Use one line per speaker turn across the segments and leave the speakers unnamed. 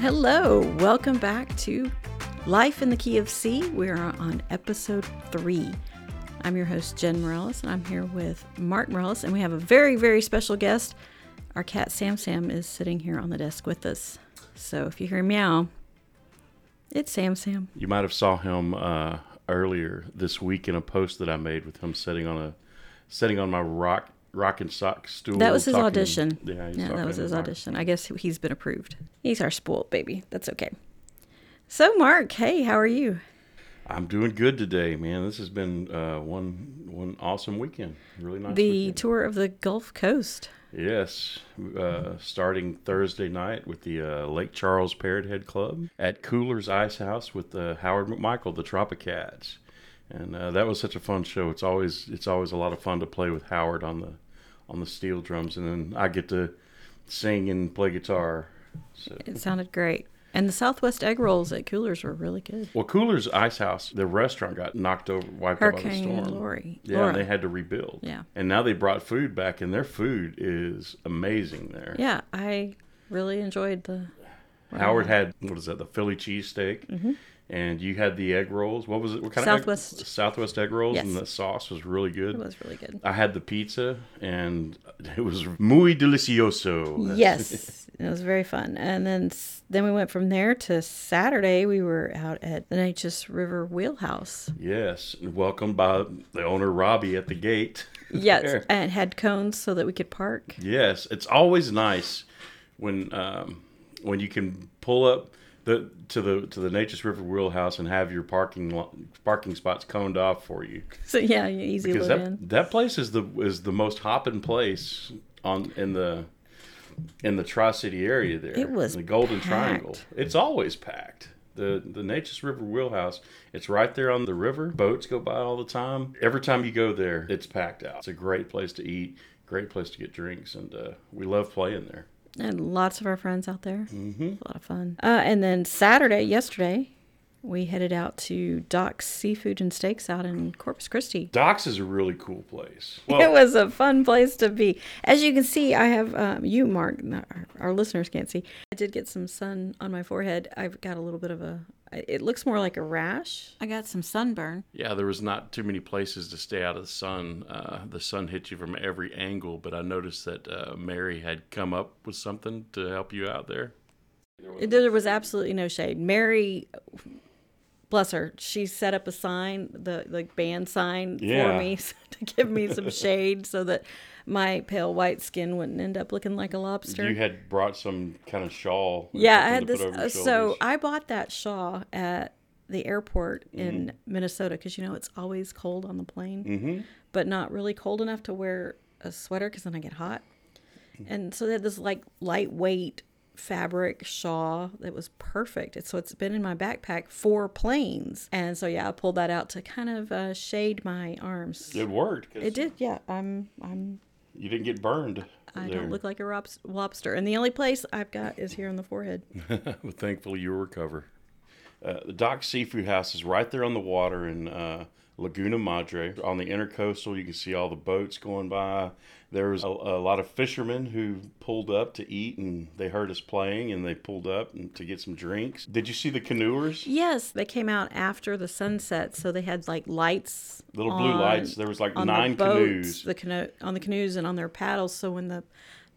hello. Welcome back to Life in the Key of C. We're on episode three. I'm your host, Jen Morales, and I'm here with Mark Morales, and we have a very, very special guest. Our cat Sam Sam is sitting here on the desk with us. So if you hear meow, it's Sam Sam.
You might have saw him uh, earlier this week in a post that I made with him sitting on a sitting on my rock rock and sock stool.
That was his
talking-
audition.
Yeah, he's
yeah that
talking
was
to
his
Mark.
audition. I guess he's been approved. He's our spoiled baby. That's okay. So, Mark, hey, how are you?
I'm doing good today, man. This has been uh, one one awesome weekend. Really nice.
The
weekend.
tour of the Gulf Coast.
yes, uh, starting Thursday night with the uh, Lake Charles Parrot Head Club at Cooler's Ice House with uh, Howard McMichael, the Tropicats, and uh, that was such a fun show. It's always it's always a lot of fun to play with Howard on the on the steel drums, and then I get to sing and play guitar. So.
It sounded great. And the Southwest egg rolls at Coolers were really good.
Well, Cooler's Ice House, the restaurant got knocked over, wiped out by
Hurricane
the storm.
Lori.
Yeah,
Laura.
and they had to rebuild.
Yeah.
And now they brought food back, and their food is amazing there.
yeah, I really enjoyed the. Uh-huh.
Howard had, what is that, the Philly cheesesteak, and you had the egg rolls. What was it? What kind of egg?
Mm-hmm. Southwest.
Southwest egg rolls, and
Yes.
the sauce was really good.
It was really good.
I had the pizza, and it was muy delicioso.
Yes, it was very fun. And then s- then we went from there to Saturday. We were out at the Natchez River Wheelhouse.
Yes. and Welcomed by the owner, Robbie, at the gate.
Yes,
There.
and had cones so that we could park.
Yes, it's always nice when um, when you can pull up the to the to the Nature's River Wheelhouse and have your parking lo- parking spots coned off for you
So yeah, you easy
because
live
that
in.
that place is the is the most hopping place on in the in the Tri City area there.
It was
the Golden
packed.
Triangle. It's always packed. The the Nature's River Wheelhouse. It's right there on the river. Boats go by all the time. Every time you go there, it's packed out. It's a great place to eat. Great place to get drinks, and uh, we love playing there.
and lots of our friends out there.
Mm-hmm.
It's a lot of fun. Uh, and then Saturday, yesterday, we headed out to Doc's Seafood and Steaks out in Corpus Christi.
Docks is a really cool place.
It
Well,
was a fun place to be. As you can see, I have um, you, Mark. no, Our, our listeners can't see. I did get some sun on my forehead. I've got a little bit of a. It looks more like a rash. I got some sunburn.
yeah, there was not too many places to stay out of the sun. Uh, the sun hit you from every angle, but I noticed that uh, Mary had come up with something to help you out there.
There was absolutely no shade. Mary, bless her, she set up a sign, the like band sign
Yeah.
for me to give me some shade so that my pale white skin wouldn't end up looking like a lobster.
You had brought some kind of shawl. and
yeah, I
something
had
to put
this.
over your
uh, so
shoulders.
I bought that shawl at the airport
Mm-hmm.
in Minnesota because you know it's always cold on the plane,
Mm-hmm.
but not really cold enough to wear a sweater because then I get hot. And so they had this like lightweight fabric shawl that was perfect. And so it's been in my backpack for planes. And so yeah, I pulled that out to kind of uh, shade my arms.
it worked. 'cause
It did, yeah. I'm I'm
You didn't get burned.
I
there.
don't look like a robs- lobster. And the only place I've got is here on the forehead.
Well, thankfully, you recover. Uh, the Doc Seafood House is right there on the water in uh, Laguna Madre. On the intercoastal, you can see all the boats going by. There was a, a lot of fishermen who pulled up to eat, and they heard us playing, and they pulled up and, to get some drinks. Did you see the canoers?
Yes, they came out after the sunset, so they had like lights,
Little blue
on-
lights. There was like
on the
nine
boats,
canoes.
the cano- on the canoes and on their paddles. So when the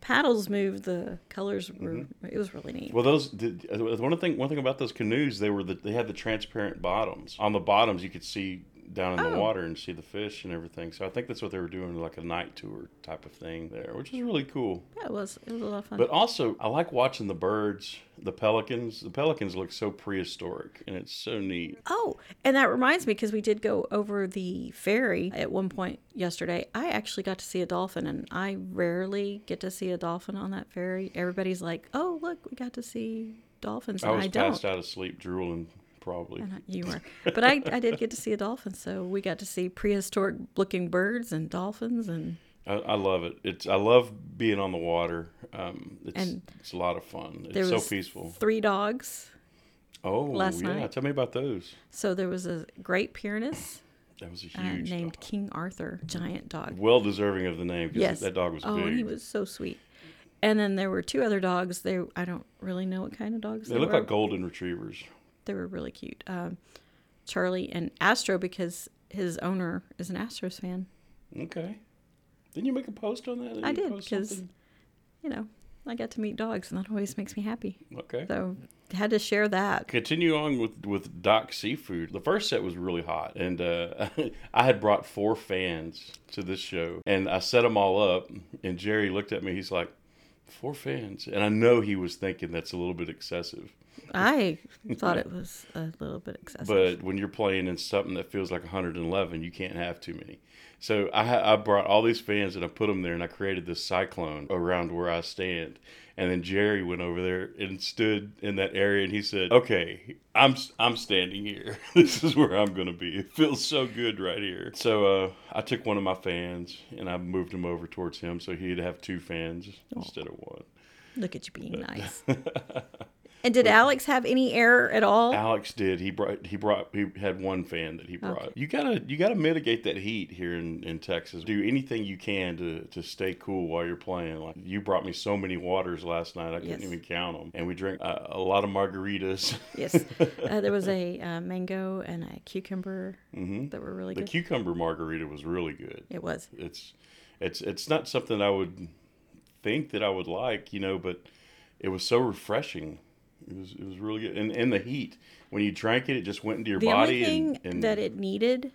paddles moved, the colors were. It was really neat.
Mm-hmm. Well, those did, uh, one thing. One thing about those canoes, they were the, they had the transparent bottoms. On the bottoms, you could see down in the
Oh.
water and see the fish and everything. So I think that's what they were doing, like a night tour type of thing there, which is really cool.
yeah, it was. It was a lot of fun.
But also, I like watching the birds, the pelicans. The pelicans look so prehistoric, and it's so neat.
oh, and that reminds me because we did go over the ferry at one point yesterday. I actually got to see a dolphin, and I rarely get to see a dolphin on that ferry. Everybody's like, "Oh, look, we got to see dolphins,"
I
and
was
I don't.
passed out of sleep, drooling probably.
And I- You were. But I, I did get to see a dolphin, so we got to see prehistoric looking birds and dolphins and
I, I love it. It's I love being on the water. Um, it's
And
it's a lot of fun.
there
It's so
was
peaceful.
three dogs.
Oh
last
yeah,
night-
tell me about those.
So there was a great Pyrenees
That was a
uh,
huge
named King Arthur, giant dog.
well deserving of the name because
Yes.
that dog was
oh,
big.
and he was so sweet. And then there were two other dogs. They I don't really know what kind of dogs
They look like golden retrievers.
they were really cute. Um, Charlie and Astro because his owner is an Astros fan.
Okay. Didn't you make a post on that?
I
you
did
post
because,
something?
you know, I got to meet dogs and that always makes me happy.
Okay.
So had to share that.
Continue on with with Doc Seafood. The first set was really hot, and uh, I had brought four fans to this show, and I set them all up. And Jerry looked at me. He's like, four fans," and I know he was thinking that's a little bit excessive.
I thought it was a little bit excessive.
But when you're playing in something that feels like 111, you can't have too many. So I, ha- I brought all these fans and I put them there and I created this cyclone around where I stand. And then Jerry went over there and stood in that area and he said, "Okay, I'm s- I'm standing here. this is where I'm gonna be. It feels so good right here." So uh, I took one of my fans and I moved him over towards him so he'd have two fans instead of one.
Look at you being nice. and did Alex have any error at all?
Alex did. He brought he brought he had one fan that he brought. You gotta you gotta mitigate that heat here in, in Texas. Do anything you can to, to stay cool while you're playing. Like you brought me so many waters last night, I couldn't
Yes.
even count them. And we drank uh, a lot of margaritas.
yes. Uh, there was a uh, mango and a cucumber that were really
Mm-hmm. the
good.
cucumber margarita was really good.
it was.
It's it's it's not something I would think that I would like, you know, but it was so refreshing. It was it was really good. And and the heat when you drank it, it just went into your
The only
body
thing
and, and
that it needed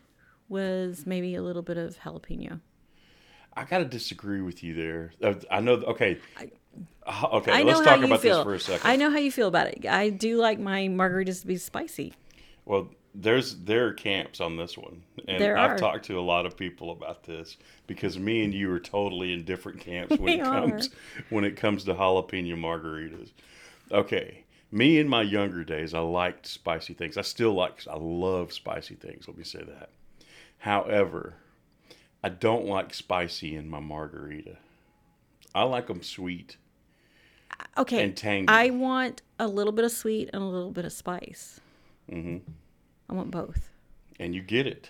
was maybe a little bit of jalapeno.
I gotta disagree with you there. Uh, I know. Okay. Uh, okay.
I know
let's
how
talk
you
about
feel.
this for a second.
I know how you feel about it. I do like my margaritas to be spicy.
Well, there's there are camps on this one, and
There
I've
are.
talked to a lot of people about this because me and you are totally in different camps when
We
it
are.
comes when it comes to jalapeno margaritas. Okay. Me in my younger days, I liked spicy things. I still like, I love spicy things. Let me say that. However, I don't like spicy in my margarita. I like them sweet.
Okay.
And tangy.
I want a little bit of sweet and a little bit of spice. Mm-hmm. I want both.
and you get it.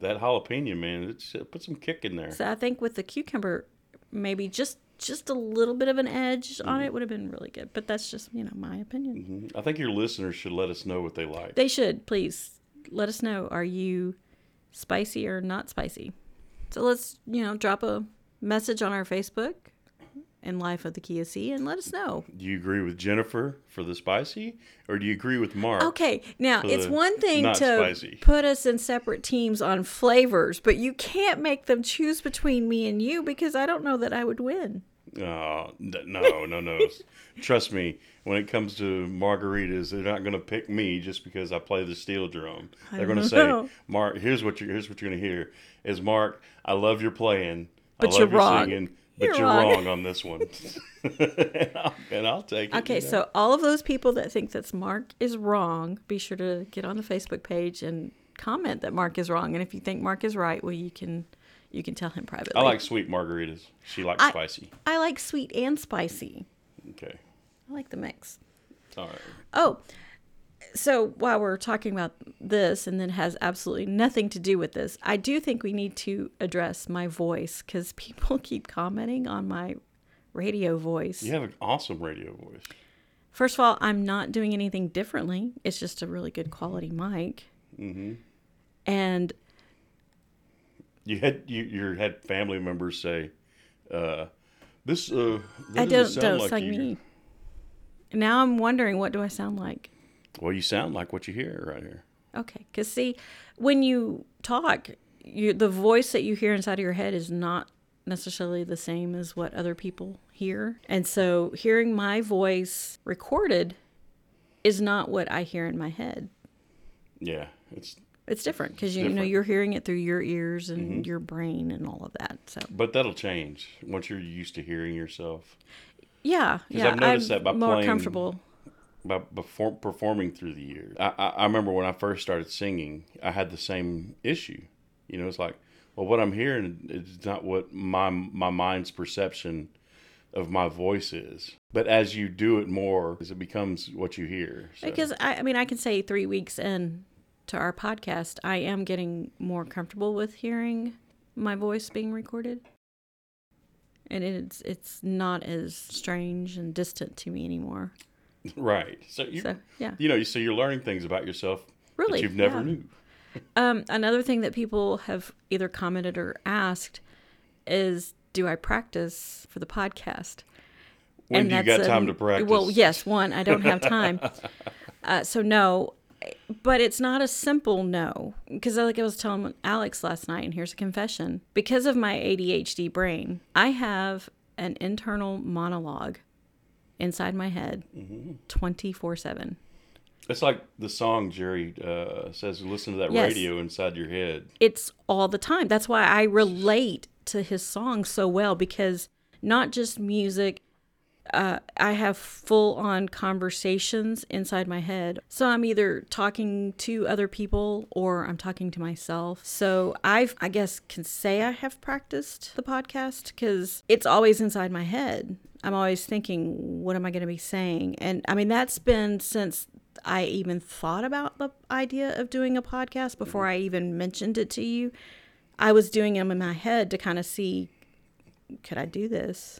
That jalapeno, man, it's it put some kick in there.
So I think with the cucumber, maybe just just a little bit of an edge on
Mm-hmm.
it would have been really good. But that's just you know my opinion.
I think your listeners should let us know what they like.
They should please let us know. Are you spicy or not spicy? So let's you know drop a message on our Facebook and Life of the Kia C and let us know.
Do you agree with Jennifer for the spicy, or do you agree with Mark?
Okay, now
for
it's
the
one thing to
not spicy.
put us in separate teams on flavors, but you can't make them choose between me and you because I don't know that I would win.
Oh, n- no, no, no. Trust me, when it comes to margaritas, they're not going to pick me just because I play the steel drum. They're going to say,
know.
"Mark, here's what you here's what you're going to hear is Mark, I love your playing,
But
I love
you're
your
wrong.
singing, but you're,
You're wrong."
wrong on this one." and, I'll, and I'll take it.
Okay,
you know?
so all of those people that think that Mark is wrong, be sure to get on the Facebook page and comment that Mark is wrong. And if you think Mark is right, well, you can you can tell him privately.
I like sweet margaritas. She likes
I-
spicy.
I like sweet and spicy.
Okay.
I like the mix.
All right.
Oh, so while we're talking about this, and then has absolutely nothing to do with this, I do think we need to address my voice because people keep commenting on my radio voice.
You have an awesome radio voice.
First of all, I'm not doing anything differently. It's just a really good quality mic. Mm-hmm. And
You had you you had family members say, uh, "This uh, that
I don't
doesn't sound
don't sound like
you.
me. Now I'm wondering what do I sound like?
Well, you sound like what you hear right here.
Okay, because see, when you talk, you, the voice that you hear inside of your head is not necessarily the same as what other people hear. And so hearing my voice recorded is not what I hear in my head.
Yeah, it's
It's different because you, you know
different.
you're hearing it through your ears and your brain and all of that. So
but that'll change once you're used to hearing yourself.
yeah, yeah,
I've noticed that by
more
playing-
comfortable.
by before performing through the years. I, I, I remember when I first started singing, I had the same issue. You know, it's like, well, what I'm hearing is not what my my mind's perception of my voice is. But as you do it more, as it becomes what you hear. So,
Because I, I mean, I can say three weeks in to our podcast, I am getting more comfortable with hearing my voice being recorded. and it's it's not as strange and distant to me anymore.
Right. So you,
So yeah,
you know, so you're learning things about yourself
Really,
that you've never
yeah.
knew.
Um, another thing that people have either commented or asked is, "Do I practice for the podcast?"
When do you got
a-
time to practice?
um, Well, yes, one, I don't have time. uh, so no, but it's not a simple no because like I was telling Alex last night, and here's a confession: because of my ADHD brain, I have an internal monologue inside my head,
Mm-hmm.
twenty four seven.
It's like the song Jerry uh, says, listen to that
Yes.
radio inside your head.
it's all the time. That's why I relate to his songs so well because not just music. Uh, I have full on conversations inside my head. So I'm either talking to other people or I'm talking to myself. So I've, I guess, can say I have practiced the podcast because it's always inside my head. I'm always thinking, what am I going to be saying? And I mean, that's been since I even thought about the idea of doing a podcast before I even mentioned it to you. I was doing them in my head to kind of see could I do this?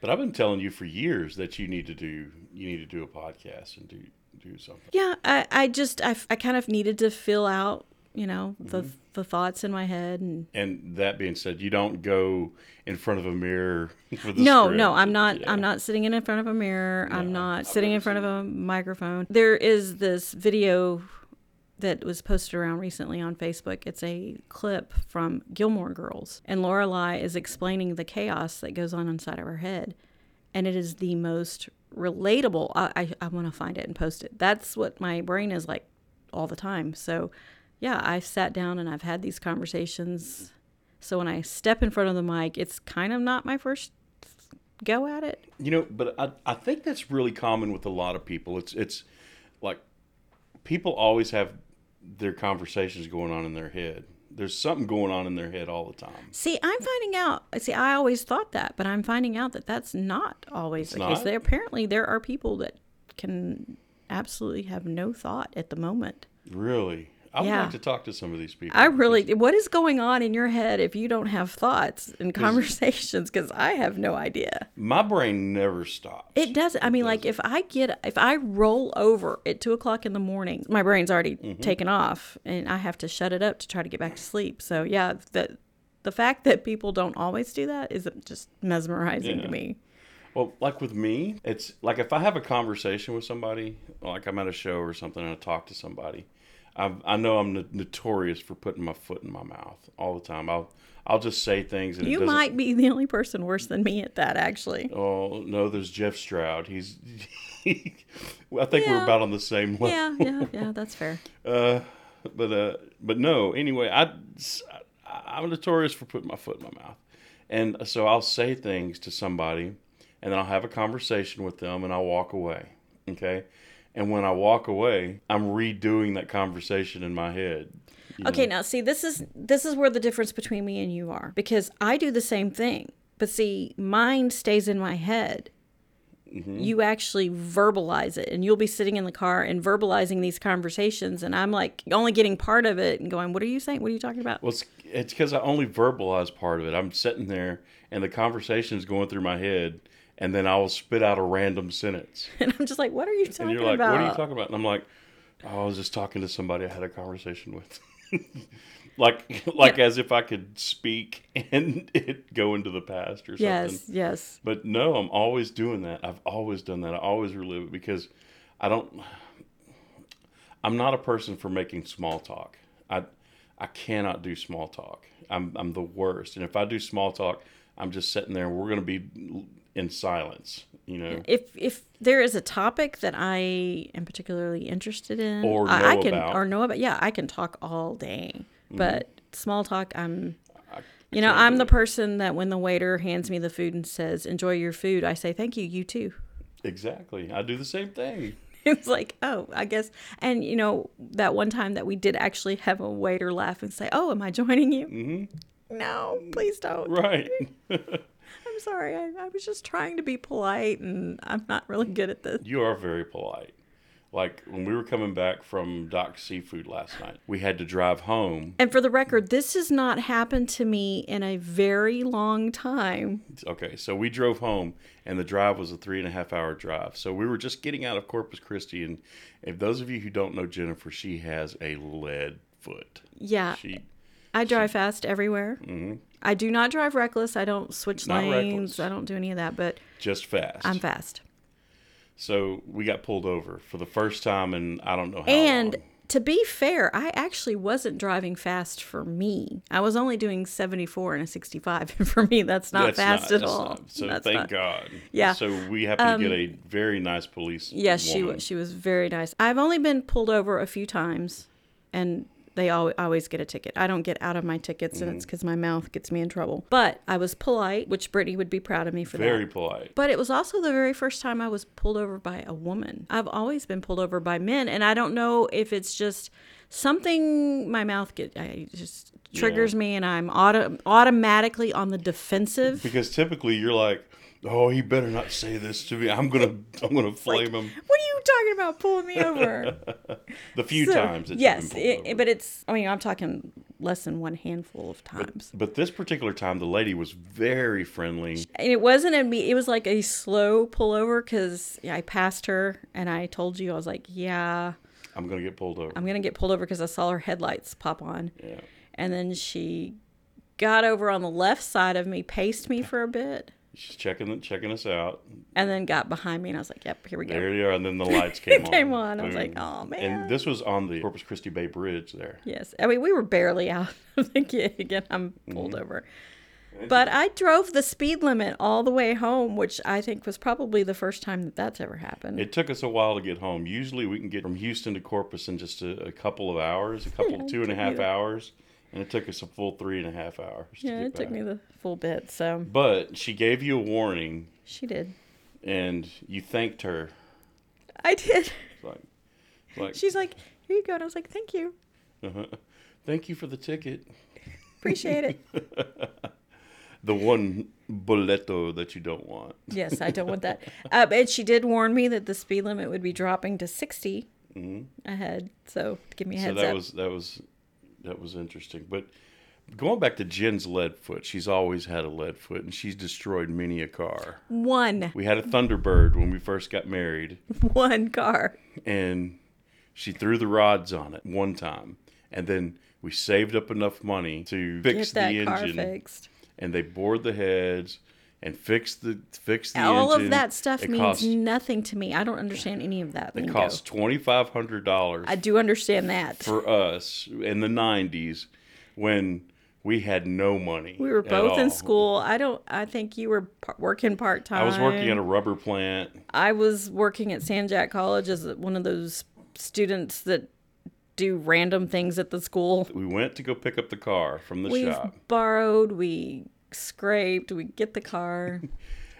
But I've been telling you for years that you need to do you need to do a podcast and do do something.
Yeah, I, I just, I, f- I kind of needed to fill out, you know, the, the thoughts in my head. And
And that being said, you don't go in front of a mirror for the
no,
script.
no, I'm not,
Yeah.
I'm not sitting in front of a mirror. I'm not sitting in
never
front of a microphone. There is this video that was posted around recently on Facebook. It's a clip from Gilmore Girls, and Lorelai is explaining the chaos that goes on inside of her head, and it is the most relatable. I I, I want to find it and post it. That's what my brain is like all the time. So, yeah, I've sat down and I've had these conversations. So when I step in front of the mic, it's kind of not my first go at it.
You know, but I, I think that's really common with a lot of people. It's it's like people always have their conversations going on in their head. There's something going on in their head all the time.
See, I'm finding out. See, I always thought that, but I'm finding out that that's not always the case.
not?
There apparently there are people that can absolutely have no thought at the moment.
Really. I would
Yeah.
like to talk to some of these people.
I really, what is going on in your head if you don't have thoughts and conversations? Because I have no idea.
My brain never stops.
It doesn't. I mean, like if I get if I roll over at two o'clock in the morning, my brain's already
Mm-hmm.
taken off, and I have to shut it up to try to get back to sleep. So yeah, the the fact that people don't always do that is just mesmerizing to
Yeah.
me.
Well, like with me, it's like if I have a conversation with somebody, like I'm at a show or something and I talk to somebody, I I know I'm no- notorious for putting my foot in my mouth all the time. I'll I'll just say things and it
You
doesn't,
might be the only person worse than me at that, actually.
Oh no, there's Jeff Stroud. He's I think we're
Yeah.
about on the same level.
Yeah, yeah, yeah. That's fair.
Uh, but uh, but no. Anyway, I I'm notorious for putting my foot in my mouth, and so I'll say things to somebody, and then I'll have a conversation with them, and I'll walk away. Okay, and when I walk away, I'm redoing that conversation in my head. you
Okay,
know?
now see, this is this is where the difference between me and you are because I do the same thing, but see, mine stays in my head.
Mm-hmm.
You actually verbalize it, and you'll be sitting in the car and verbalizing these conversations, and I'm like only getting part of it and going, "What are you saying? What are you talking about?"
Well, it's it's because I only verbalize part of it. I'm sitting there, and the conversation is going through my head, and then I will spit out a random sentence.
and I'm just like, "What are you talking
And you're like,
about?"
what are you talking about? And I'm like, oh, I was just talking to somebody I had a conversation with. like like as if I could speak and it go into the past or something.
yes, yes.
But no, I'm always doing that. I've always done that. I always relive it because I don't I'm not a person for making small talk. I I cannot do small talk. I'm I'm the worst. And if I do small talk, I'm just sitting there and we're going to be in silence, you know.
if if there is a topic that I am particularly interested in,
Or
I, I
know
can
about. Mm-hmm.
or know about. Yeah, I can talk all day, but small talk, I'm.
I
You know,
can't
I'm
do
the
it.
person that when the waiter hands me the food and says, "Enjoy your food," I say, "Thank you, you too."
Exactly. I do the same thing.
It's like, oh, I guess. And you know, that one time that we did actually have a waiter laugh and say, "Oh, am I joining you?" Mm-hmm. No, please don't.
Right.
I'm sorry. I, I was just trying to be polite, and I'm not really good at this.
you are very polite. Like when we were coming back from Doc Seafood last night, we had to drive home.
And for the record, this has not happened to me in a very long time.
Okay, so we drove home, and the drive was a three and a half hour drive. So we were just getting out of Corpus Christi, and if those of you who don't know Jennifer, she has a lead foot.
Yeah,
She Mm-hmm.
I drive fast everywhere. I do not drive reckless. I don't switch
Not
lanes.
reckless. Oh,
I don't do any of that, but
just fast.
I'm fast.
so we got pulled over for the first time, and I don't know how.
And
long.
to be fair, I actually wasn't driving fast for me. I was only doing 74 and a 65. And for me, that's not
That's
fast at
that's
all.
not- so
That's
thank
not-
God.
Yeah. Um,
So we happened to get a very nice police.
Yes, she
woman.
was. She was very nice. I've only been pulled over a few times, and they al- always get a ticket. I don't get out of my tickets, and it's because my mouth gets me in trouble. But I was polite, which Brittany would be proud of me for
very
that.
polite.
But it was also the very first time I was pulled over by a woman. I've always been pulled over by men, and I don't know if it's just something my mouth get I it just triggers me, and I'm auto- automatically on the defensive.
Because typically you're like, oh, he better not say this to me. I'm gonna, I'm gonna flame him.
What are you talking about pulling me over?
The few
So,
times that
yes,
you've been pulled
it-
over.
but it's. I mean, I'm talking less than one handful of times,
But this particular time, the lady was very friendly.
and it wasn't a me. It was like a slow pullover because I passed her, and I told you I was like, yeah,
I'm gonna get pulled over.
I'm gonna get pulled over because I saw her headlights pop on,
yeah.
and then she got over on the left side of me, paced me for a bit,
She's checking, checking us out.
and then got behind me, and I was like, yep, here we go.
There you are. And then the lights came on.
came on. I was like,
Boom.
"Aw, man."
And this was on the Corpus Christi Bay Bridge there.
Yes. I mean, we were barely out of the gig and I'm pulled
Mm-hmm.
over. But I drove the speed limit all the way home, which I think was probably the first time that that's ever happened.
It took us a while to get home. Usually, we can get from Houston to Corpus in just a, a couple of hours, a couple two and
took
a
me
half
the-
hours, and it took us a full three and a half hours.
yeah,
to get
it took
back.
me the full bit. So
But she gave you a warning,
she did.
and you thanked her.
I did.
It's Like, it's like
She's like, here you go. And I was like, thank you.
thank you for the ticket,
Appreciate it.
the one boleto that you don't want.
yes, I don't want that. Uh, and she did warn me that the speed limit would be dropping to 60 ahead. So give me a
Mm-hmm. So
heads
that
up.
was that was that was interesting. But going back to Jen's lead foot, she's always had a lead foot, and she's destroyed many a car.
one,
We had a Thunderbird when we first got married.
one car.
and she threw the rods on it one time and then we saved up enough money to fix
Get that
the
car
engine
fixed.
and they bored the heads and fixed the fixed the
all
engine
of that stuff
it
means
cost,
nothing to me. I don't understand any of that.
it
lingo.
cost twenty five hundred dollars
I do understand that.
for us in the nineties when we had no money
we were
at
both in
all.
school. I don't. I think you were par- working part time.
I was working at a rubber plant
I was working at San Jack College as one of those students that do random things at the school.
we went to go pick up the car from the
We
shop
borrowed. We scraped. We get the car.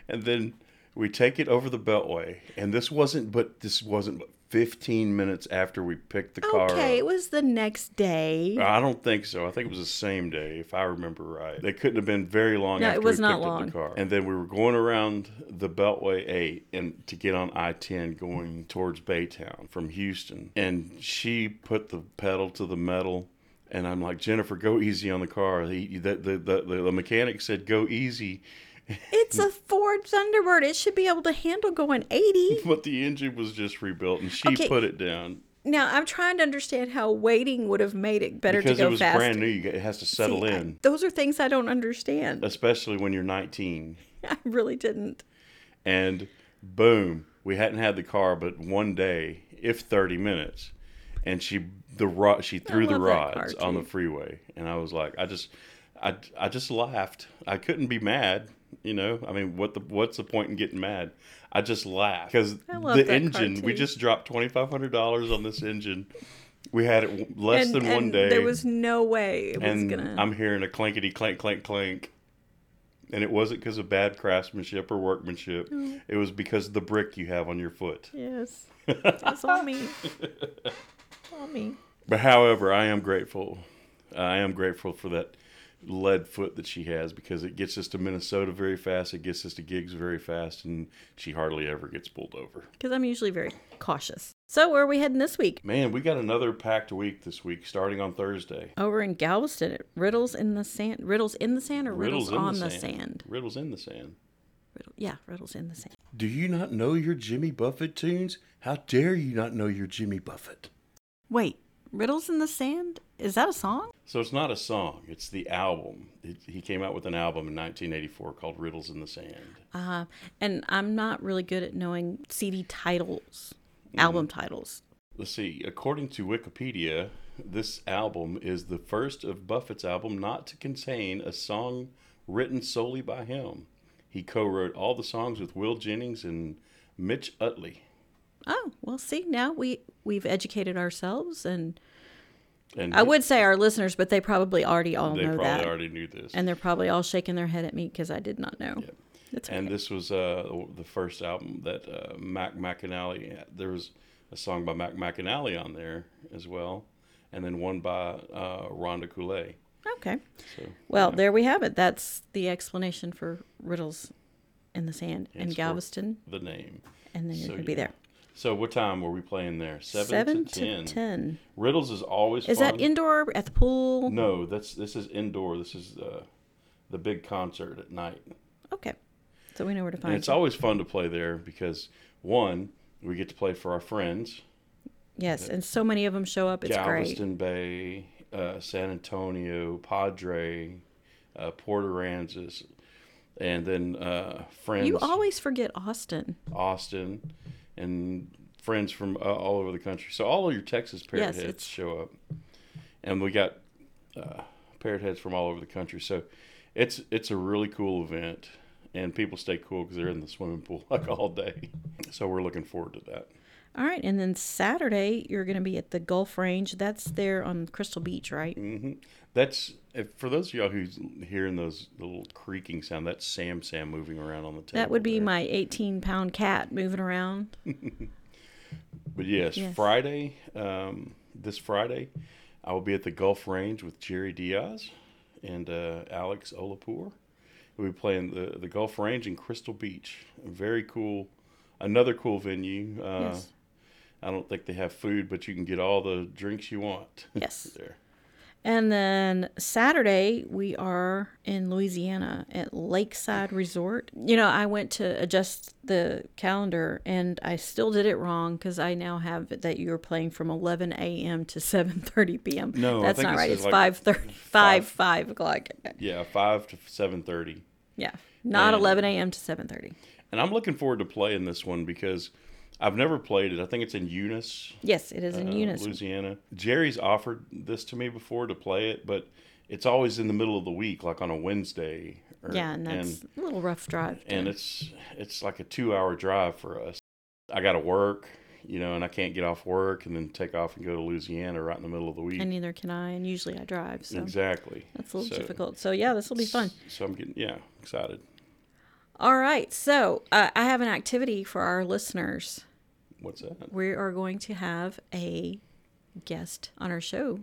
and then we take it over the beltway and this wasn't but this wasn't but 15 minutes after we picked the car Uh,
okay, it
up.
was the next day.
i don't think so i think it was the same day if i remember right they couldn't have been very long
No,
after
it was
we
not
picked up
long.
the car and then we were going around the beltway 8 and to get on i-10 going towards baytown from houston and she put the pedal to the metal and i'm like jennifer go easy on the car the, the, the, the, the mechanic said go easy
It's a Ford Thunderbird. It should be able to handle going eighty.
But the engine was just rebuilt, and she
Okay.
put it down
Now I'm trying to understand how waiting would have made it better
because
to go
it was
fast.
brand new. You got- It has to settle
See, I-
in,
those are things I don't understand.
especially when you're 19.
I really didn't.
And boom, we hadn't had the car but one day, if 30 minutes, and she the rod she threw the
love that car,
rods on the
too.
freeway, and I was like, I just, I, I just laughed. I couldn't be mad. You know, I mean, what the what's the point in getting mad? I just laughed because
love
the
that car,
engine. We
too.
just dropped twenty five hundred dollars on this engine. We had it w- less
and,
than one
and
day.
There was no way it was
and
gonna.
I'm hearing a clankety clank clank clank. And it wasn't because of bad craftsmanship or workmanship. It was because of the brick you have on your foot.
yes, it's all me. It's all me.
But however, I am grateful. I am grateful for that lead foot that she has because it gets us to Minnesota very fast. It gets us to gigs very fast, and she hardly ever gets pulled over.
Because I'm usually very cautious. So where are we heading this week?
Man, we got another packed week this week, starting on Thursday.
Over in Galveston, at Riddles in the sand. Riddles in the sand or riddles, on the, sand?
Riddles in the sand.
Riddle, yeah, riddles in the sand.
Do you not know your Jimmy Buffett tunes? How dare you not know your Jimmy Buffett?
Wait, riddles in the sand? Is that a song?
So it's not a song; it's the album. It, he came out with an album in 1984 called "Riddles in the Sand."
Uh, and I'm not really good at knowing CD titles,
Mm-hmm.
album titles.
Let's see. According to Wikipedia, this album is the first of Buffett's album not to contain a song written solely by him. He co-wrote all the songs with Will Jennings and Mitch Utley,
Oh, well, see, now we we've educated ourselves, and
and
I would say our listeners, but they probably already all
they
know
probably
that,
already knew this.
and they're probably all shaking their head at me because I did not know.
Yep.
That's
and this was uh, the first album that uh, Mac McAnally. There was a song by Mac McAnally on there as well, and then one by uh, Rhonda Coulet.
Okay.
So
Well, there we have it. That's the explanation for riddles in the sand in
Henceforth.
Galveston,
the name.
and then you're
So,
gonna be
yeah.
there.
So what time were we playing there? Seven,
Seven
to, ten.
ten.
Riddles is always
Is
fun.
that indoor at the pool?
No, that's this is indoor. This is uh, the big concert at night.
Okay. So we know where to
And
find.
it's
you.
always fun to play there because one, we get to play for our friends.
yes, and so many of them show up. It's great.
Galveston Bay, uh, San Antonio, Padre, uh, Port Aransas, and then uh, friends
You always forget Austin.
Austin, and friends from uh, all over the country. So all of your Texas parrot
Yes,
heads
it's-
show up, and we got uh, parrot heads from all over the country. So it's it's a really cool event, and people stay cool because they're in the swimming pool like all day. So we're looking forward to that.
All right, and then Saturday you're going to be at the Gulf Range. That's there on Crystal Beach, right?
hmm That's if, for those of y'all who's hearing those little creaking sound. That's Sam Sam moving around on the table.
That would be
there.
my 18 pound cat moving around.
But yes,
Yes.
Friday, um, this Friday, I will be at the Gulf Range with Jerry Diaz and uh, Alex Olapur. We'll be playing the the Gulf Range in Crystal Beach. Very cool. Another cool venue. Uh,
Yes.
I don't think they have food, but you can get all the drinks you want
Yes.
there.
And then Saturday we are in Louisiana at Lakeside Resort. You know, I went to adjust the calendar and I still did it wrong cuz I now have it that you're playing from 11 a.m. to 7:30 p.m.
No, I
that's
think
not
it
right.
says
It's
like
5:30 5 5 o'clock.
Yeah, five to seven thirty.
Yeah. Not
And-
11 a.m. to 7:30.
And I'm looking forward to playing this one because I've never played it. I think it's in Eunice,
Yes, it is in
uh,
Eunice.
Louisiana. Jerry's offered this to me before to play it, but it's always in the middle of the week, like on a Wednesday. Or,
Yeah, and that's
and,
a little rough drive.
and
to-
it's it's like a two hour drive for us. I got to work, you know, and I can't get off work and then take off and go to Louisiana right in the middle of the week.
and neither can I, and usually I drive, so
exactly.
that's a little
So-
difficult. So yeah, this will be fun.
So I'm getting yeah excited.
All right, so uh, I have an activity for our listeners.
What's that?
We are going to have a guest on our show.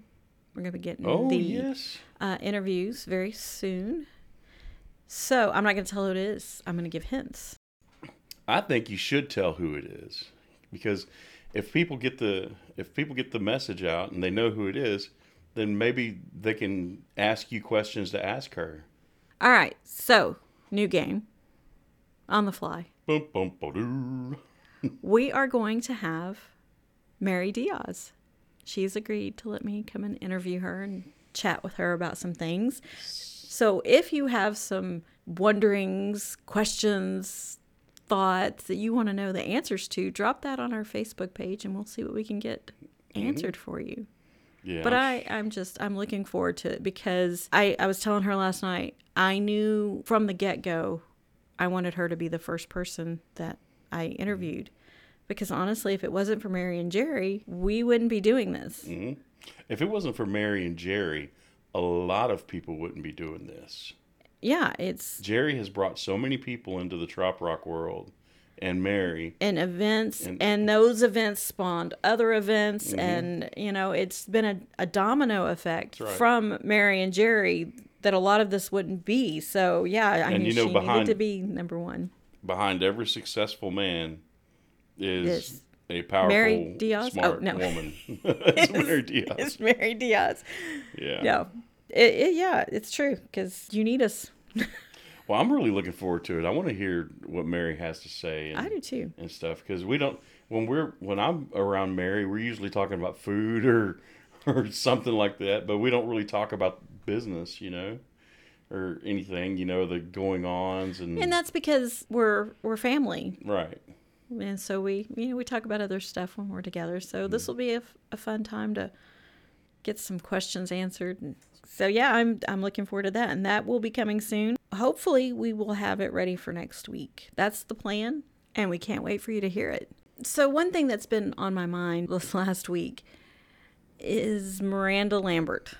We're going to be getting
Oh
the
yes.
uh, interviews very soon. So I'm not going to tell who it is. I'm going to give hints.
I think you should tell who it is because if people get the if people get the message out and they know who it is, then maybe they can ask you questions to ask her.
All right, so new game on the fly.
Boom, boom, ba-doo.
We are going to have Mary Diaz. She's agreed to let me come and interview her and chat with her about some things. So if you have some wonderings, questions, thoughts that you want to know the answers to, drop that on our Facebook page and we'll see what we can get answered for you.
Yeah,
But I, I'm just, I'm looking forward to it because I, I was telling her last night, I knew from the get go, I wanted her to be the first person that I
Mm-hmm.
interviewed. Because honestly, if it wasn't for Mary and Jerry, we wouldn't be doing this.
Mm-hmm. if it wasn't for Mary and Jerry, a lot of people wouldn't be doing this.
Yeah, it's
Jerry has brought so many people into the trop rock world, and Mary.
and events, and,
And- Mm-hmm.
those events spawned other events, and you know, it's been a, a domino effect
That's right.
from Mary and Jerry that a lot of this wouldn't be. So yeah, I
And
knew
you know,
she
behind-
needed to be number one.
Behind every successful man is
Yes.
a powerful,
Mary Diaz?
smart
Oh, no.
woman. it's Mary Diaz.
It's Mary Diaz.
Yeah.
No, it, it, yeah, it's true because you need us.
Well, I'm really looking forward to it. I want to hear what Mary has to say. And,
I do too.
and stuff because we don't when we're when I'm around Mary, we're usually talking about food or or something like that, but we don't really talk about business, you know, or anything, you know, the going ons and,
And uh, that's because we're we're family,
right.
and so we you know we talk about other stuff when we're together. So this will be a, f- a fun time to get some questions answered. And so yeah, I'm I'm looking forward to that, and that will be coming soon. Hopefully, we will have it ready for next week. That's the plan, and we can't wait for you to hear it. So one thing that's been on my mind this last week is Miranda Lambert.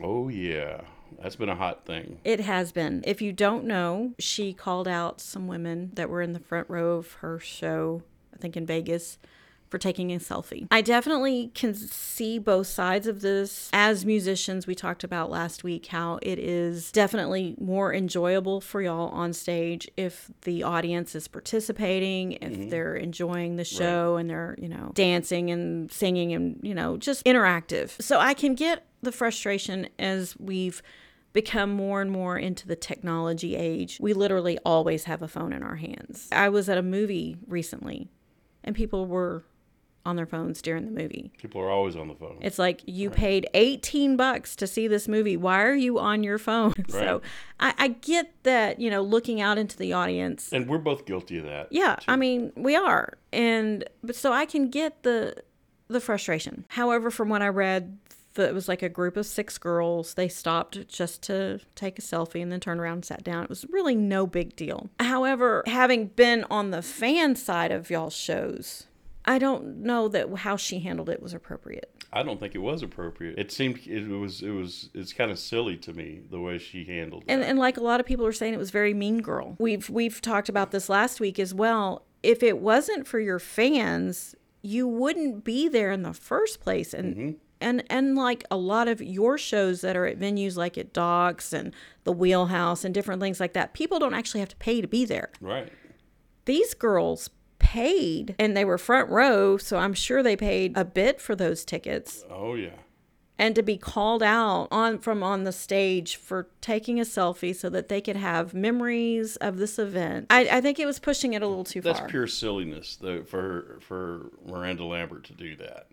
Oh yeah, that's been a hot thing.
It has been. If you don't know, she called out some women that were in the front row of her show, I think in Vegas, for taking a selfie. I definitely can see both sides of this. As musicians, we talked about last week how it is definitely more enjoyable for y'all on stage if the audience is participating, if they're enjoying the show and they're, you know, dancing and singing and, you know, just interactive. So I can get the frustration as we've become more and more into the technology age, we literally always have a phone in our hands. I was at a movie recently and people were on their phones during the movie.
People are always on the phone.
It's like you paid 18 bucks to see this movie. Why are you on your phone? So
Right.
I, I get that, you know, looking out into the audience
and we're both guilty of that.
yeah, I mean, we are. And but so I can get the the frustration. However, from what I read, the, it was like a group of six girls. They stopped just to take a selfie and then turned around and sat down. It was really no big deal. However, having been on the fan side of y'all's shows, I don't know that how she handled it was appropriate.
I don't think it was appropriate. It seemed it was it was it's kind of silly to me the way she handled it.
And and like a lot of people are saying it was very mean girl. We've we've talked about this last week as well. If it wasn't for your fans, you wouldn't be there in the first place and and and like a lot of your shows that are at venues like at Docks and the Wheelhouse and different things like that, people don't actually have to pay to be there.
Right.
These girls paid and they were front row, so I'm sure they paid a bit for those tickets
Oh yeah.
and to be called out on from on the stage for taking a selfie so that they could have memories of this event. I, I think it was pushing it a little too
That's
far.
pure silliness, though, for for Miranda Lambert to do that,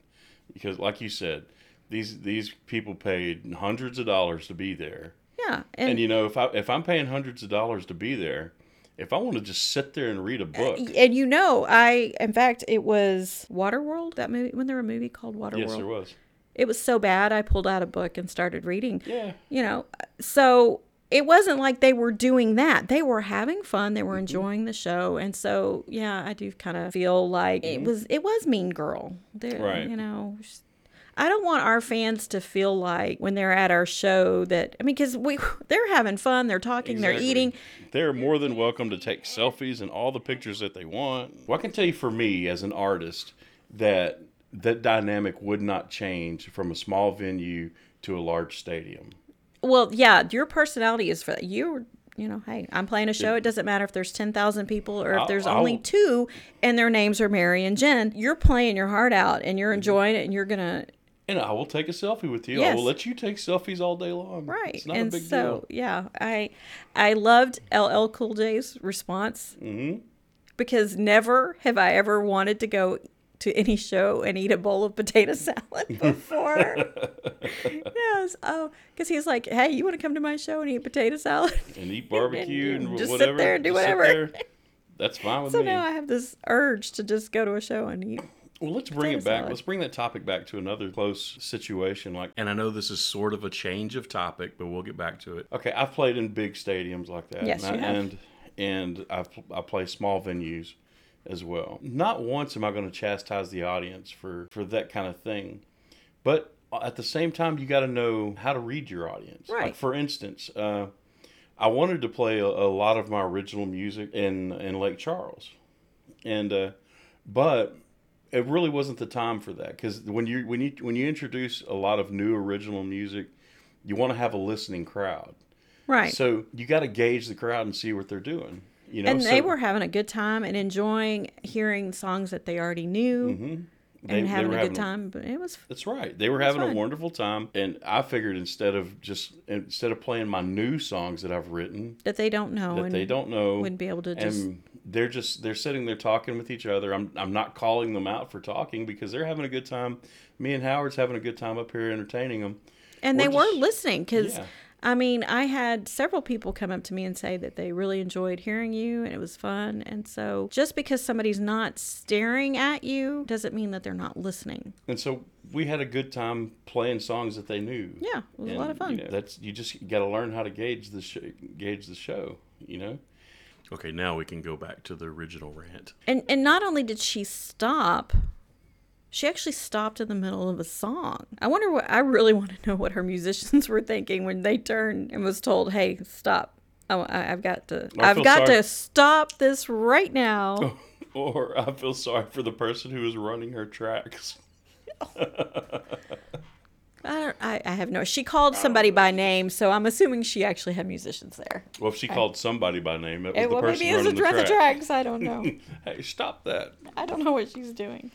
because, like you said, these these people paid hundreds of dollars to be there,
yeah,
and
and
you know if I if I'm paying hundreds of dollars to be there, if I want to just sit there and
Uh,
read a book,
and, you know, I in fact it was Waterworld that movie when there were a movie called Waterworld.
yes, there was,
It was so bad I pulled out a book and started reading.
yeah,
You know, so it wasn't like they were doing that. They were having fun. They were
Mm-hmm.
enjoying the show, and so yeah, I do kind of feel like it was it was Mean Girl. There,
Right.
You know, sh- I don't want our fans to feel like when they're at our show that I mean, because we they're having fun, they're talking, they're
Exactly.
eating.
They're more than welcome to take selfies and all the pictures that they want. Well, I can tell you for me as an artist that that dynamic would not change from a small venue to a large stadium.
Well, yeah, your personality is for that. You're you know, hey, I'm playing a show. It doesn't matter if there's 10,000 people or if
I'll-
there's
I'll-
only two and their names are Mary and Jen. You're playing your heart out and
Mm-hmm.
you're enjoying it and you're going to
And I will take a selfie with you. I
Yes.
will let you take selfies all day long.
Right.
It's not
and
a big
so, yeah, I I loved LL Cool J's response
Mm-hmm.
because never have I ever wanted to go to any show and eat a bowl of potato salad before. yes. Oh, because he's like, hey, you want to come to my show and eat potato salad?
deal. And eat barbecue
And
and,
just sit
whatever.
there and do
Just sit
whatever.
there. That's fine with
so
me.
now I have this urge to just go to a show and eat.
Well, let's bring it
Potato
back.
salad.
Let's bring that topic back to another close situation. Like, and I know this is sort of a change of topic, but we'll get back to it. Okay, I've played in big stadiums like that.
Yes,
and
you
I,
have.
And and I've I play small venues as well. Not once am I going to chastise the audience for for that kind of thing, but uh, at the same time, you got to know how to read your audience.
Right.
Like, for instance. Uh, I wanted to play a, a lot of my original music in in Lake Charles, and uh, but it really wasn't the time for that because when you when you when you introduce a lot of new original music, you want to have a listening crowd.
Right.
So you got to gauge the crowd and see what they're doing. You know,
and they
so
were having a good time and enjoying hearing songs that they already knew and
Mm-hmm. they- they
having
were
a good
having a-
time. But it was
That's right. They were having a
fun.
wonderful time, and I figured instead of just instead of playing my new songs that I've written
that they don't know
that
and
they don't know,
wouldn't be able to just
and they're just they're sitting there talking with each other. I'm I'm not calling them out for talking because they're having a good time. Me and Howard's having a good time up here entertaining them.
and
we're
they were
just-
listening because
Yeah.
I mean I had several people come up to me and say that they really enjoyed hearing you and it was fun. And so just because somebody's not staring at you doesn't mean that they're not listening.
And so we had a good time playing songs that they knew.
Yeah, it was a lot of
And,
fun.
you know, that's you just got to learn how to gauge the sh- gauge the show. You know. Okay, now we can go back to the original rant.
And and not only did she stop, she actually stopped in the middle of a song. I wonder what I really want to know what her musicians were thinking when they turned and was told, "Hey, stop." Oh, I, I've got to.
I
I've
feel
got
sorry. Oh.
to stop this right now.
or I feel sorry for the person who is running her tracks.
I, don't, I I have no. She called somebody by name, so I'm assuming she actually had musicians there.
Well, if she called somebody by name, it was
Eh,
the
well,
person
maybe it's a
running
dress
the
of
track.
tracks. I don't know.
Hey, stop that!
I don't know what she's doing.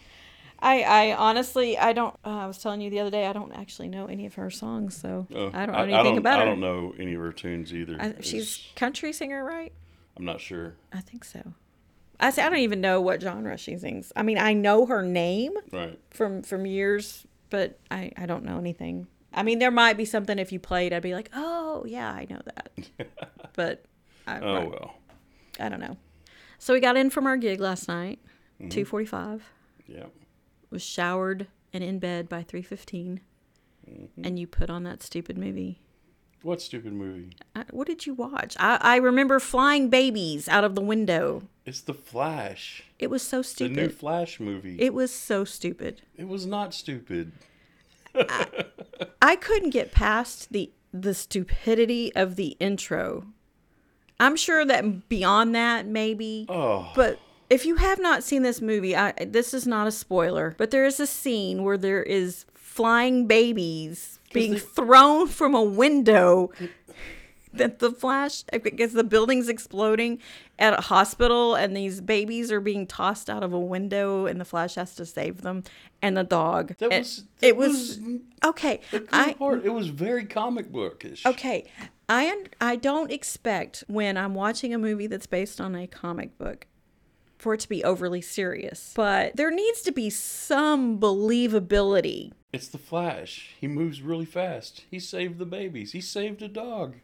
I, I honestly I don't uh, I was telling you the other day I don't actually know any of her songs so
Oh,
I don't know anything about
I
her.
don't know any of her tunes either.
I,
It's-
she's country singer, right?
I'm not sure.
I think so. I say I don't even know what genre she sings. I mean, I know her name
Right.
from from years, but I I don't know anything. I mean, there might be something if you played, I'd be like, oh yeah, I know that, but I,
Oh well.
I don't know. So we got in from our gig last night,
Mm-hmm.
two forty five.
Yeah.
Was showered and in bed by three
Mm-hmm.
and you put on that stupid movie.
What stupid movie?
I, what did you watch? I, I remember flying babies out of the window.
It's The Flash.
It was so
The
stupid.
new Flash movie. It,
It was so stupid.
was not stupid.
I couldn't get past the the stupidity of the intro. I'm sure that beyond that maybe.
Oh.
But if you have not seen this movie, I this is not a spoiler, but there is a scene where there is flying babies being
they-
thrown from a window that the flash I guess the building's exploding at a hospital and these babies are being tossed out of a window and the flash has to save them and the dog
That
And
was- that
it was,
was-
okay
The
I
I, part, it was very comic bookish.
Okay. I un- I don't expect when I'm watching a movie that's based on a comic book for it to be overly serious. But there needs to be some believability.
It's the Flash. He moves really fast. He saved the babies. He saved a dog.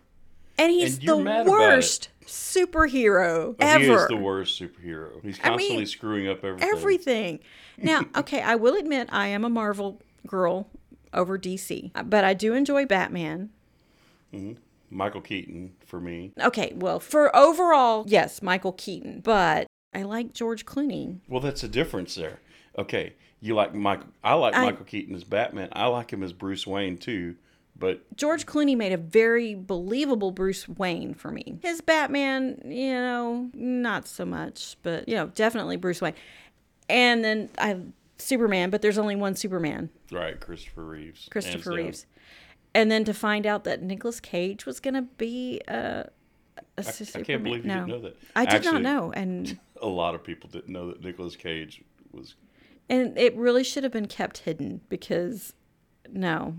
And he's
And you're mad
the
about it.
worst superhero ever.
He is the worst superhero. He's
I mean,
constantly screwing up everything.
everything. Now, okay, I will admit I am a Marvel girl over DC, but I do enjoy Batman.
Michael Keaton for me.
Okay, well, for overall, yes, Michael Keaton, but I like George Clooney.
Well, that's a difference there. Okay, you like Michael. I like
I-
Michael Keaton as Batman. I like him as Bruce Wayne too. But
George Clooney made a very believable Bruce Wayne for me. His Batman, you know, not so much, but you know, definitely Bruce Wayne. And then I Superman, but there's only one Superman,
right, Christopher Reeves. hands
Christopher
down.
Reeves. And then to find out that Nicolas Cage was going to be a, a
I
Superman.
can't believe you
no.
didn't know that.
I did
Actually,
not know, and
A lot of people didn't know that Nicolas Cage was.
and it really should have been kept hidden because no,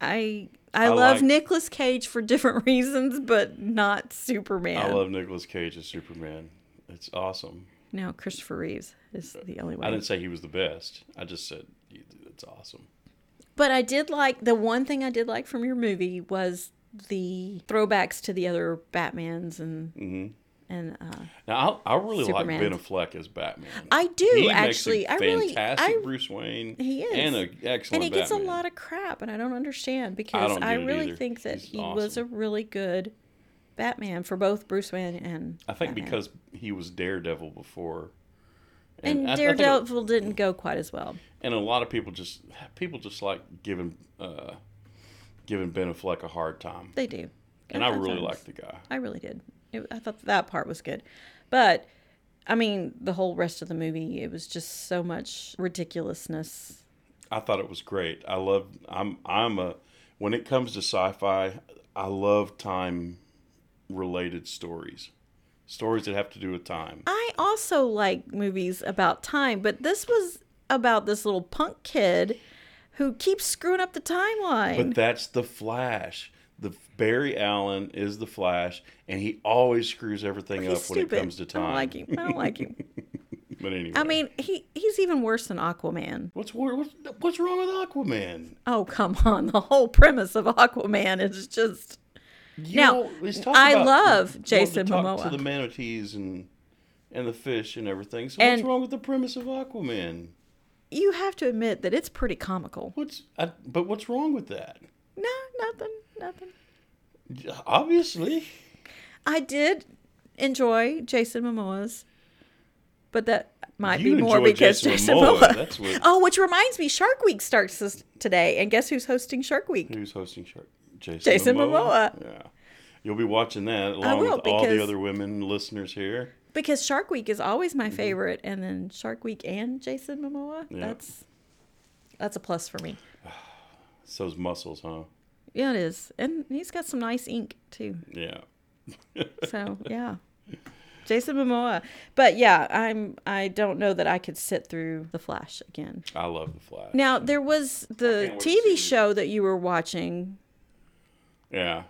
I. I,
I
love
like-
Nicolas Cage for different reasons, but not Superman.
I love Nicolas Cage as Superman. It's awesome.
No, Christopher Reeves is the only
I
one.
didn't say he was the best. I just said it's awesome.
But I did like the one thing I did like from your movie was the throwbacks to the other Batmans and
Mm-hmm.
and uh,
Now I, I really
Superman.
like Ben Affleck as Batman.
I do
he
actually.
makes a
I really
fantastic
I
Bruce Wayne.
He is.
and an
and
excellent.
he gets
Batman.
a lot of crap, and I don't understand because
don't
I,
get it
really
either.
think that
He's
he was a really good Batman for both Bruce Wayne and
I think
Batman.
because he was Daredevil before,
and
I- I think-
Daredevil didn't go quite as well.
and a lot of people just people just like giving uh, giving Ben Affleck a hard time,
They do,
and I
At
really
times.
like the guy.
I really did. It, I thought that part was good, but I mean, the whole rest of the movie, it was just so much ridiculousness.
I thought it was great. I love. I'm. I'm a. When it comes to sci-fi, I love time related stories. Stories that have to do with time.
I also like movies about time, but this was about this little punk kid who keeps screwing up the timeline.
But that's the Flash. The Barry Allen is the Flash, and he always screws everything
He's
up when it comes to time.
I don't like him. I don't like him.
But anyway,
I mean, he he's even worse than Aquaman.
what's wor- what's what's wrong with Aquaman?
Oh, come on. The whole premise of Aquaman is just
You
Now,
know, let's talk
I
about
love
wanting
Jason
to talk
Momoa.
to the manatees and and the fish and everything. So
And-
what's wrong with the premise of Aquaman?
you have to admit that it's pretty comical.
What's I, but what's wrong with that?
No, nothing, nothing.
Obviously,
I did enjoy Jason Momoa's, but that might
You
be more
enjoy
because
Jason
Jason
Momoa,
Momoa.
that's what-
Oh, which reminds me, Shark Week starts this, today, and guess who's hosting Shark Week?
who's hosting Shark? Jason,
Jason Momoa.
Yeah, you'll be watching that along
will,
with all the
because-
other women listeners here.
Because Shark Week is always my
Mm-hmm.
favorite, and then Shark Week and Jason Momoa. That's that's a plus for me.
It's those muscles, huh?
Yeah, it is, and he's got some nice ink too.
Yeah.
So yeah. Jason Momoa, but yeah, I'm. I don't know that I could sit through The Flash again.
I love the Flash.
Now there was the
can't wait to see
TV
it.
show that you were watching,
Yeah.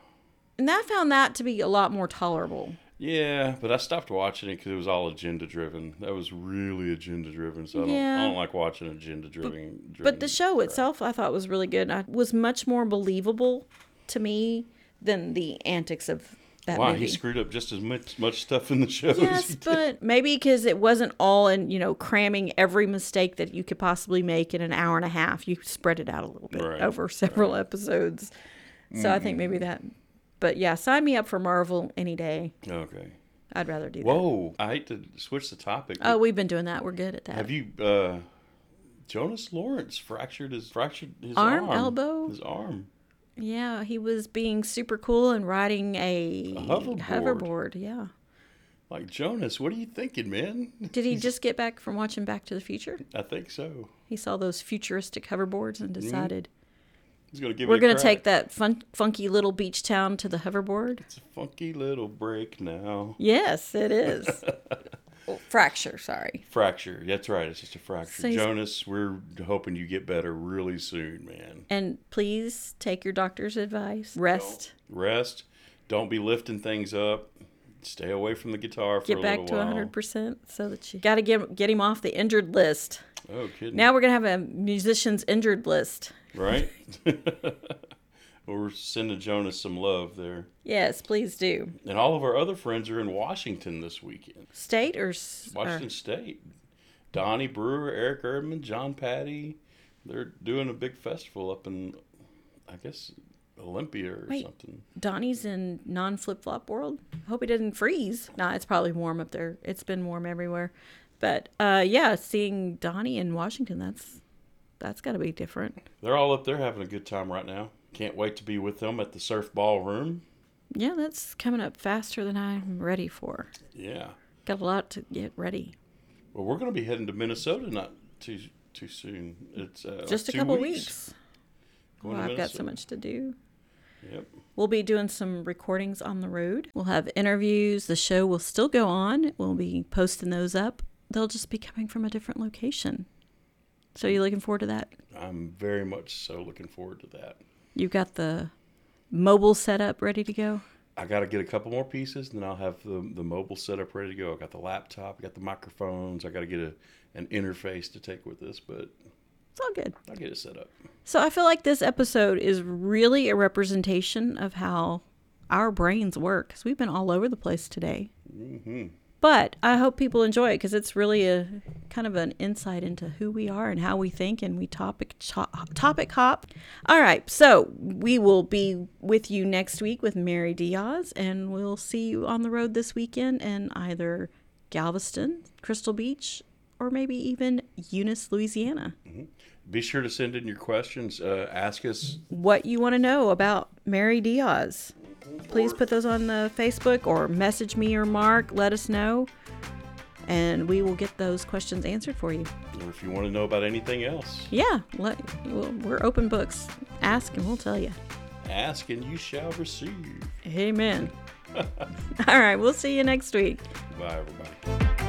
and I found that to be a lot more tolerable.
Yeah, but I stopped watching it because it was all agenda driven. That was really agenda driven, so I don't, I
Yeah.
don't like watching agenda driven.
But the show itself, I thought, was really good. I was much more believable to me than the antics of that
Wow, he
movie.
screwed up just as much much stuff in the show. as
Yes,
he did.
but maybe because it wasn't all in, you know, cramming every mistake that you could possibly make in an hour and a half. You spread it out a little bit
Right, Mm-hmm.
over several episodes. So I think maybe that. But yeah, sign me up for Marvel any day.
Okay.
I'd rather do that.
Whoa, I hate to switch the topic.
Oh, we've been doing that. We're good at that.
Have you, uh, Jonas Lawrence fractured his fractured his arm,
Arm, elbow?
his arm.
yeah, he was being super cool and riding a,
hoverboard.
hoverboard. Yeah.
Like Jonas, what are you thinking, man?
Did he just get back from watching Back to the Future?
I think so.
He saw those futuristic hoverboards and decided
He's gonna give.
we're
it a
going to
Mm-hmm. crack.
take that fun- funky little beach town to the hoverboard.
It's a funky little break now.
Yes, it is. Oh, Fracture, sorry.
Fracture. That's right. It's just a fracture.
So he's-
Jonas, we're hoping you get better really soon, man.
And please take your doctor's advice. Rest.
Rest. Don't be lifting things up. Stay away from the guitar for
Get
a
back
little
to
while.
100% so that you got to get, get him off the injured list.
Oh, kidding.
Now we're going to have a musician's injured list.
right? well, we're sending Jonas some love there.
Yes, please do.
And all of our other friends are in Washington this weekend.
State or, s- or-
Washington State. Donnie Brewer, Eric Erdman, John Patty. They're doing a big festival up in, I guess, Olympia or
Wait.
something.
Donnie's in non flip flop world. Hope he didn't freeze. Nah, it's probably warm up there. It's been warm everywhere. But uh, yeah, seeing Donnie in Washington, that's that's got to be different.
They're all up there having a good time right now. Can't wait to be with them at the Surf Ballroom.
Yeah, that's coming up faster than I'm ready for.
Yeah.
Got a lot to get ready.
Well, we're going to be heading to Minnesota not too too soon. It's uh,
Just a
two
couple weeks.
Going
Well,
to
I've got so
Minnesota.
much to do.
Yep.
We'll be doing some recordings on the road. We'll have interviews. The show will still go on. We'll be posting those up. They'll just be coming from a different location. So you looking forward to that?
I'm very much so looking forward to that.
You've got the mobile setup ready to go.
I got to get a couple more pieces, and then I'll have the, the mobile setup ready to go. I got the laptop, I got the microphones, I got to get a, an interface to take with this, but
It's all good.
I'll get it set up.
So I feel like this episode is really a representation of how our brains work because we've been all over the place today. But I hope people enjoy it because it's really a kind of an insight into who we are and how we think, and we topic cho- topic hop. All right, so we will be with you next week with Mary Diaz, and we'll see you on the road this weekend in either Galveston, Crystal Beach, or maybe even Eunice, Louisiana.
Be sure to send in your questions. Uh, ask us
what you want to know about Mary Diaz. Please put those on the Facebook or message me or Mark. Let us know, and we will get those questions answered for you.
or if you want to know about anything else.
Yeah, let, well, we're open books. Ask and we'll tell you.
Ask and you shall receive.
Amen.
All right, we'll see you next week.
Bye, everybody.